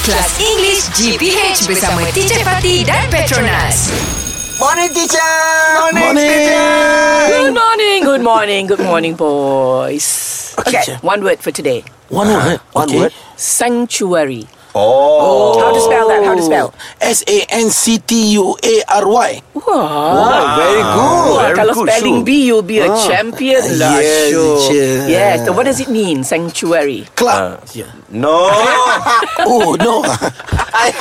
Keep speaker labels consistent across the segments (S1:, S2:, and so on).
S1: Kelas English GPH bersama Teacher Fatih dan Petronas.
S2: Morning teacher
S3: Morning, teacher.
S4: Good morning, good morning, good morning, boys.
S2: Okay.
S4: One word for today.
S3: One word.
S2: Ah,
S3: eh?
S2: One word.
S4: Sanctuary.
S2: Oh,
S4: How to spell that? How to spell?
S3: S A N C T U A R Y.
S4: Wah.
S2: very good
S4: Wah, kalau spelling B, you'll be a
S2: Ah.
S4: champion lah.
S3: Yes,
S4: sure.
S3: teacher.
S4: Yes. So what does it mean, sanctuary?
S2: Ah.
S3: Club. Yeah.
S2: No
S3: Oh no.
S2: I,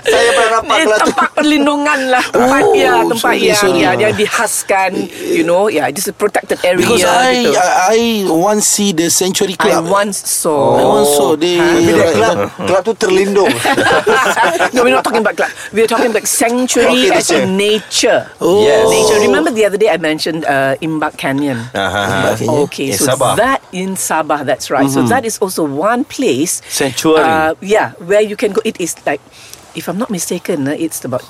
S2: Saya pernah nampak
S4: Eh,
S2: kalau tu
S4: tempat perlindungan lah Tempat
S3: Oh,
S4: ya Tempat
S3: sorry,
S4: yang,
S3: sorry.
S4: yang Yang dihaskan You know yeah, Just a protected area
S3: Because I,
S4: gitu.
S3: I I once see the Century
S4: I
S3: Club.
S4: once saw
S3: I once saw they.
S2: Oh. Tapi dia kelab Kelab tu terlindung
S4: no, we're not talking about club. We're talking about sanctuary
S2: Okay,
S4: as
S2: teacher.
S4: in nature.
S3: Oh.
S2: Yes.
S4: Nature. Remember the other day I mentioned uh, Imbak Canyon.
S2: Aha.
S3: Okay. Mm-hmm.
S4: Okay,
S2: In
S4: so
S2: Sabah.
S4: that in Sabah, that's right. So that is also one place.
S2: Sanctuary.
S4: Uh, yeah, where you can go. It is like, if I'm not mistaken, uh, it's about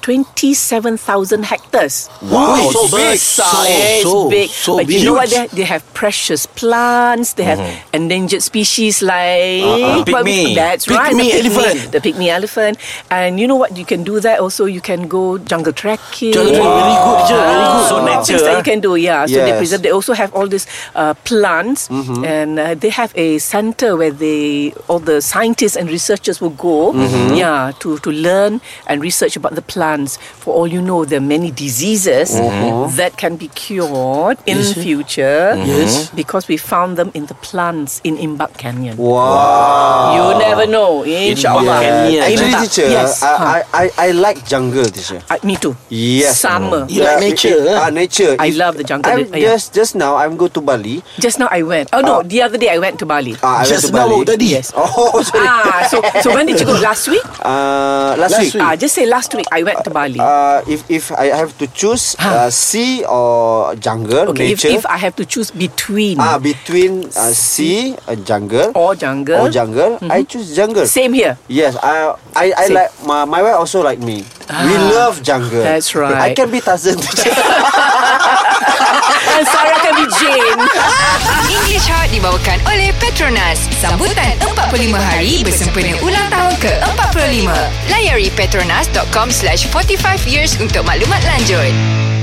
S4: 27,000 hectares.
S3: Wow, so
S4: It's
S3: big.
S4: So,
S3: So,
S4: it's
S3: so,
S4: big.
S3: so
S4: but
S3: big.
S4: you know what? They,
S3: Huge. Mm-hmm.
S4: they have precious plants. They have endangered species like
S2: Uh-uh.
S4: what we-
S2: Pygmy.
S4: That's
S3: Uh,
S4: right.
S3: Pygmy
S4: the
S3: elephant.
S4: The pygmy elephant. And you know what? You can do that also. You can go jungle trekking.
S3: Jungle trek, very good, yeah, very good.
S4: Ah,
S3: So
S4: Things that you can do. Yeah. So they
S2: Yes.
S4: preserve. They also have all these uh, plants,
S2: Mm-hmm.
S4: and uh, they have a center where they all the scientists and researchers will go.
S2: Mm-hmm.
S4: Yeah, to to learn and research about the plants. For all you know, there are many diseases
S2: Mm-hmm.
S4: that can be cured in
S3: Yes, yeah.
S4: future.
S3: Yes.
S4: because we found them in the plants in Imbak Canyon.
S2: Wow
S4: You never know, inshallah.
S2: Yes. Actually
S4: Imbak,
S2: teacher
S4: yes.
S2: I, I, I, I like jungle teacher
S4: Ah, me too.
S2: Yes.
S4: Summer.
S3: You like nature,
S2: it-
S3: eh?
S2: Ah, nature.
S4: I
S2: If-
S4: love the jungle.
S2: I'm
S4: Uh, yeah.
S2: just just now I'm go to Bali.
S4: Just now I went. Oh no,
S2: Ah.
S4: the other day I went to Bali.
S2: Ah, I went
S3: Just
S2: to Bali.
S3: now tadi.
S4: Yes.
S2: Oh, sorry.
S4: Ah, so so when did you go? Last week?
S2: Uh,
S3: Last
S2: last, week.
S3: week.
S4: Ah, just say last week I went to Bali.
S2: Uh, if if I have to choose uh, sea or jungle
S4: okay, if,
S2: nature,
S4: if I have to choose between
S2: ah between uh, sea and jungle
S4: or jungle, Mm-hmm.
S2: or jungle, I choose jungle.
S4: same here.
S2: Yes, I I, I
S4: Same.
S2: like my, my wife also like me. we
S4: Ah,
S2: love jungle.
S4: that's
S2: I
S4: right.
S2: can be Tarzan teacher.
S4: And Sarah can be Jane.
S1: English Hot dibawakan oleh Petronas. Sambutan 45 hari bersempena ulang tahun ke-45. Layari petronas.com slash 45 years untuk maklumat lanjut.